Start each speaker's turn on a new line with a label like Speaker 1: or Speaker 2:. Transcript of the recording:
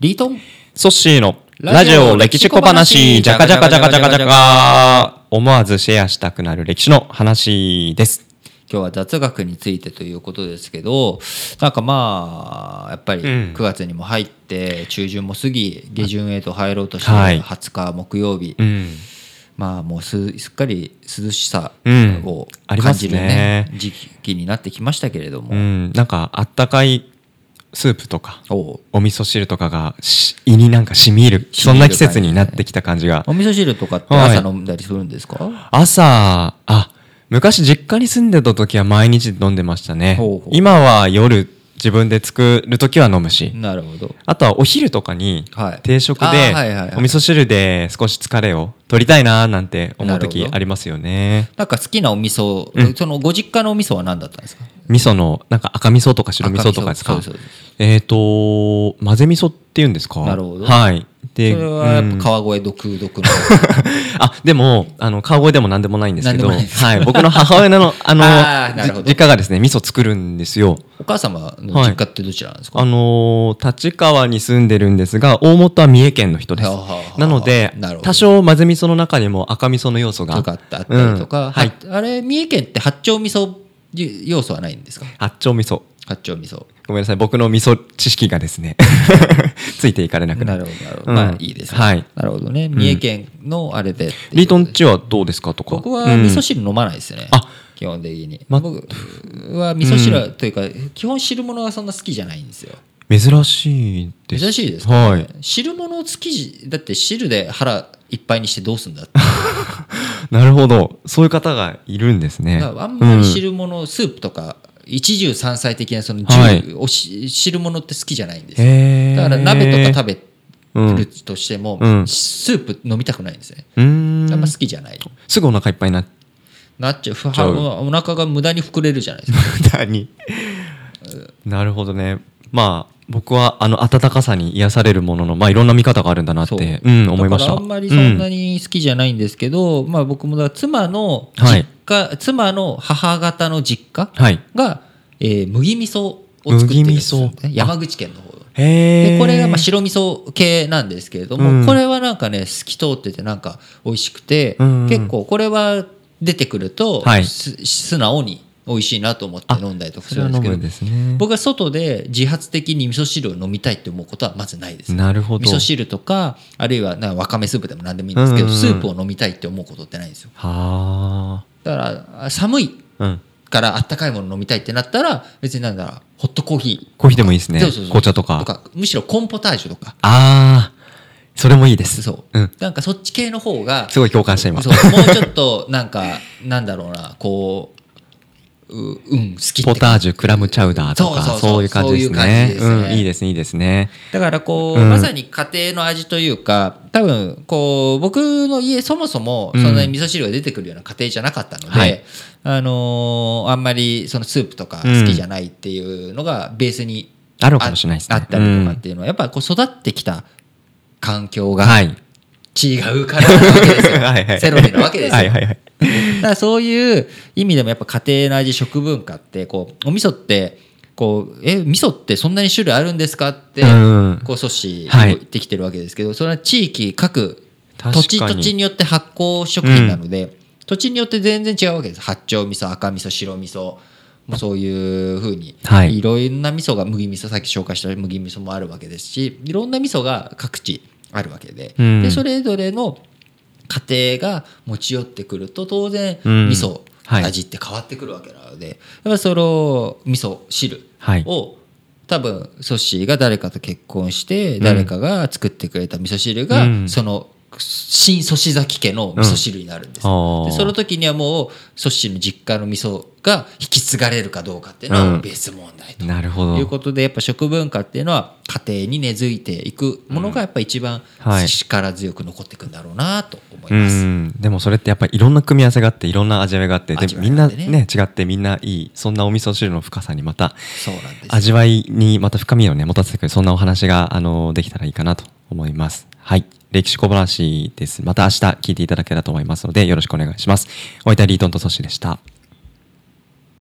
Speaker 1: リートン
Speaker 2: ソッシーのラジオ歴史小話、じゃかじゃかじゃかじゃかじゃか、思わずシェアしたくなる歴史の話です。
Speaker 1: 今日は雑学についてということですけどなんかまあやっぱり
Speaker 2: うん
Speaker 1: 9月にも入って中旬も過ぎ下旬へと入ろうとして
Speaker 2: はい
Speaker 1: 20日木曜日、
Speaker 2: うん。
Speaker 1: まあもうすすっかり涼しさ
Speaker 2: うん
Speaker 1: を
Speaker 2: あり
Speaker 1: 感
Speaker 2: ます
Speaker 1: じ
Speaker 2: ね
Speaker 1: るね,、時期になってきましたけれども、
Speaker 2: うん。なんか、あったかいスープとか、
Speaker 1: おう
Speaker 2: お味噌汁とかがし胃になんか染み入る、そんな季節になってきた感じが
Speaker 1: お味噌汁とかって
Speaker 2: はい
Speaker 1: 朝飲んだりするんですか、
Speaker 2: 朝、あ、昔実家に住んでた時は毎日飲んでましたね
Speaker 1: ほうほう。
Speaker 2: 今は夜自分で作る時は飲むし、
Speaker 1: なるほど
Speaker 2: あとはお昼とかに
Speaker 1: はい
Speaker 2: 定食で
Speaker 1: あーはいはいはい
Speaker 2: お味噌汁で少し疲れを取りたいなーなんて思う
Speaker 1: なる
Speaker 2: 時
Speaker 1: ほど
Speaker 2: ありますよね。
Speaker 1: なんか好きなお味噌、
Speaker 2: うん
Speaker 1: そのご実家のお味噌は何だったんですか
Speaker 2: 味噌のなんか赤味噌とか白味噌とかで
Speaker 1: そ
Speaker 2: すか
Speaker 1: うそうそう
Speaker 2: えっ、と混ぜ味噌っていうんですか
Speaker 1: なるほど
Speaker 2: はいで
Speaker 1: それはやっ
Speaker 2: うん
Speaker 1: ぱ川越独特の、
Speaker 2: あでもあの川越でも何でもないんですけ
Speaker 1: 何で
Speaker 2: ど
Speaker 1: もないです
Speaker 2: はい、僕の母 親のあの
Speaker 1: あーなるほど
Speaker 2: じ実家がですね味噌作るんですよ
Speaker 1: お母様の実家ってどちらなんですか、
Speaker 2: あのー立川に住んでるんですが大元は三重県の人です
Speaker 1: はあはあはあ
Speaker 2: なので
Speaker 1: なるほど
Speaker 2: 多少混ぜ味噌の中にも赤味噌の要素が
Speaker 1: とかあったあったりとか、
Speaker 2: うんはい、
Speaker 1: ああれ三重県って八丁味噌要素はないんですか
Speaker 2: 八丁味噌
Speaker 1: 八丁味噌
Speaker 2: ごめんなさい僕の味噌知識がですね ついていかれなくな
Speaker 1: な
Speaker 2: る
Speaker 1: るほどなるほど、
Speaker 2: うん
Speaker 1: まあいいですね、
Speaker 2: はい
Speaker 1: なるほどね三重県のあれで、
Speaker 2: リートンチはどうですかとか
Speaker 1: 僕は
Speaker 2: うん
Speaker 1: 味噌汁飲まないですね、
Speaker 2: あ
Speaker 1: 基本的に、
Speaker 2: ま
Speaker 1: 僕は味噌汁はというか、基本汁物がそんな好きじゃないんですよ
Speaker 2: 珍しいです
Speaker 1: 珍しいですか、
Speaker 2: はい
Speaker 1: 汁物好きじだって汁で腹いっぱいにしてどうすんだって
Speaker 2: なるほどそういう方がいるんですね
Speaker 1: だからあんまり
Speaker 2: うん
Speaker 1: 汁物、スープとか一汁三菜的なその汁,、
Speaker 2: はい
Speaker 1: おし汁物って好きじゃないんですよ
Speaker 2: へー
Speaker 1: だから鍋とか食べ
Speaker 2: うん
Speaker 1: るとしても、
Speaker 2: うん
Speaker 1: スープ飲みたくないんですね、
Speaker 2: う
Speaker 1: あんま
Speaker 2: ーん
Speaker 1: 好きじゃない
Speaker 2: すぐお腹いっぱいになっ
Speaker 1: なっちゃうふ
Speaker 2: ちゃ
Speaker 1: は
Speaker 2: う
Speaker 1: お腹が無駄に膨れるじゃないですか
Speaker 2: たになるほどねまあ僕はあの温かさに癒されるもののまあいろんな見方があるんだなっ
Speaker 1: そう
Speaker 2: てうん思いまし
Speaker 1: だ
Speaker 2: た
Speaker 1: からあんまりそん
Speaker 2: う
Speaker 1: なんに好きじゃないんですけど、まあ僕もだから妻の
Speaker 2: は
Speaker 1: 実
Speaker 2: い
Speaker 1: 家、妻の母方の実家
Speaker 2: はい
Speaker 1: が、えー麦味噌を作ってるんですよね、
Speaker 2: 麦味噌
Speaker 1: 山口県の方
Speaker 2: へ
Speaker 1: で
Speaker 2: え
Speaker 1: これがまあ白味噌系なんですけれども、
Speaker 2: うん
Speaker 1: これはなんかね透き通っててなんか美味しくて、
Speaker 2: うんうん
Speaker 1: 結構これは出てくると、
Speaker 2: はい
Speaker 1: す素直に美味しいなと思って飲んだりとかす
Speaker 2: それ
Speaker 1: る
Speaker 2: は
Speaker 1: んで
Speaker 2: 飲
Speaker 1: すけ
Speaker 2: む
Speaker 1: ど
Speaker 2: んですね
Speaker 1: 僕は外で自発的に味噌汁を飲みたいって思うことはまずないです
Speaker 2: なるほど
Speaker 1: 味噌汁とかあるいはなんかわかめスープでも何でもいいんですけど、
Speaker 2: うんうんうん
Speaker 1: スープを飲みたいって思うことってないんですよ
Speaker 2: は
Speaker 1: だからあ寒い
Speaker 2: あうん
Speaker 1: からあったかいもの飲みたいってなったら別になんだろうホットコーヒー
Speaker 2: コーヒーでもいいですね
Speaker 1: そうそうそう
Speaker 2: 紅茶と
Speaker 1: と
Speaker 2: か
Speaker 1: かむしろコーンポタージュとか
Speaker 2: ああそれもいいです
Speaker 1: そう、
Speaker 2: うん
Speaker 1: なんかそっち系の方が
Speaker 2: すごい共感しています
Speaker 1: そうもうちょっとなんか なんだろうなこうううん好き
Speaker 2: ポ
Speaker 1: って
Speaker 2: タージュクラムチャウダーと
Speaker 1: そ
Speaker 2: か
Speaker 1: うそうそう
Speaker 2: そういう感じで
Speaker 1: そう
Speaker 2: す
Speaker 1: いう感じ
Speaker 2: ね
Speaker 1: ですね
Speaker 2: うんいいですねいいですね
Speaker 1: だからこう、
Speaker 2: うん
Speaker 1: まさに家庭の味というか多分こう僕の家そもそもそんなに味噌汁が出てくるような家庭じゃなかったので、
Speaker 2: うんはい
Speaker 1: あのーあんまりそのスープとか好きじゃないっていうのがベースに
Speaker 2: あるかもしれないですね
Speaker 1: あったりとか
Speaker 2: う
Speaker 1: っ
Speaker 2: ん
Speaker 1: ていうのは、やっぱこう育ってきた環境が
Speaker 2: はい
Speaker 1: 違うからなわけですよ
Speaker 2: はいはい
Speaker 1: セロリなわけですよ
Speaker 2: はいはいはい
Speaker 1: だからそういう意味でもやっぱ家庭の味食文化ってこうお味噌ってこうえ味噌ってそんなに種類あるんですかって
Speaker 2: うん
Speaker 1: こう阻止
Speaker 2: はい
Speaker 1: できてるわけですけど、それは地域各
Speaker 2: 確か
Speaker 1: 土
Speaker 2: に
Speaker 1: 地土地によって発酵食品なので、土地によって全然違うわけです八丁味噌赤味噌白味噌もうそういうふうに、
Speaker 2: はい
Speaker 1: ろんな味噌が麦味噌さっき紹介した麦味噌もあるわけですしいろんな味噌が各地あるわけで,、
Speaker 2: うん
Speaker 1: でそれぞれの家庭が持ち寄ってくると当然味
Speaker 2: うん
Speaker 1: 噌、
Speaker 2: はい
Speaker 1: 味って変わってくるわけなのでやっぱその味噌汁
Speaker 2: はい
Speaker 1: を多分ソッシーが誰かと結婚して
Speaker 2: ん
Speaker 1: 誰かが作ってくれた味噌汁が、
Speaker 2: うん
Speaker 1: その新ソシザキ家の味噌汁になるんです、
Speaker 2: うんあー
Speaker 1: でその時にはもうソッシーの実家の味噌が引き継がれるかどうかっていうの
Speaker 2: う
Speaker 1: は
Speaker 2: ん
Speaker 1: ベース問題と
Speaker 2: なるほど
Speaker 1: いうことでやっぱ食文化っていうのは家庭に根付いていくものがやっぱ一番
Speaker 2: はい
Speaker 1: 力強く残っていくんだろうなと思いうます。
Speaker 2: んでもそれってやっぱりいろんな組み合わせがあっていろんな味わいがあってで
Speaker 1: 味わ
Speaker 2: み
Speaker 1: い
Speaker 2: ん
Speaker 1: があ
Speaker 2: な
Speaker 1: ってね
Speaker 2: ね違ってみんないいそんなお味噌汁の深さにまた
Speaker 1: そうなんですよ
Speaker 2: 味わいにまた深みをね持たせてくれるそんなお話があのできたらいいかなと思いますはい歴史小話ですまた明日聞いていただけたらと思いますのでよろしくお願いしますお相手はリートンとソシでした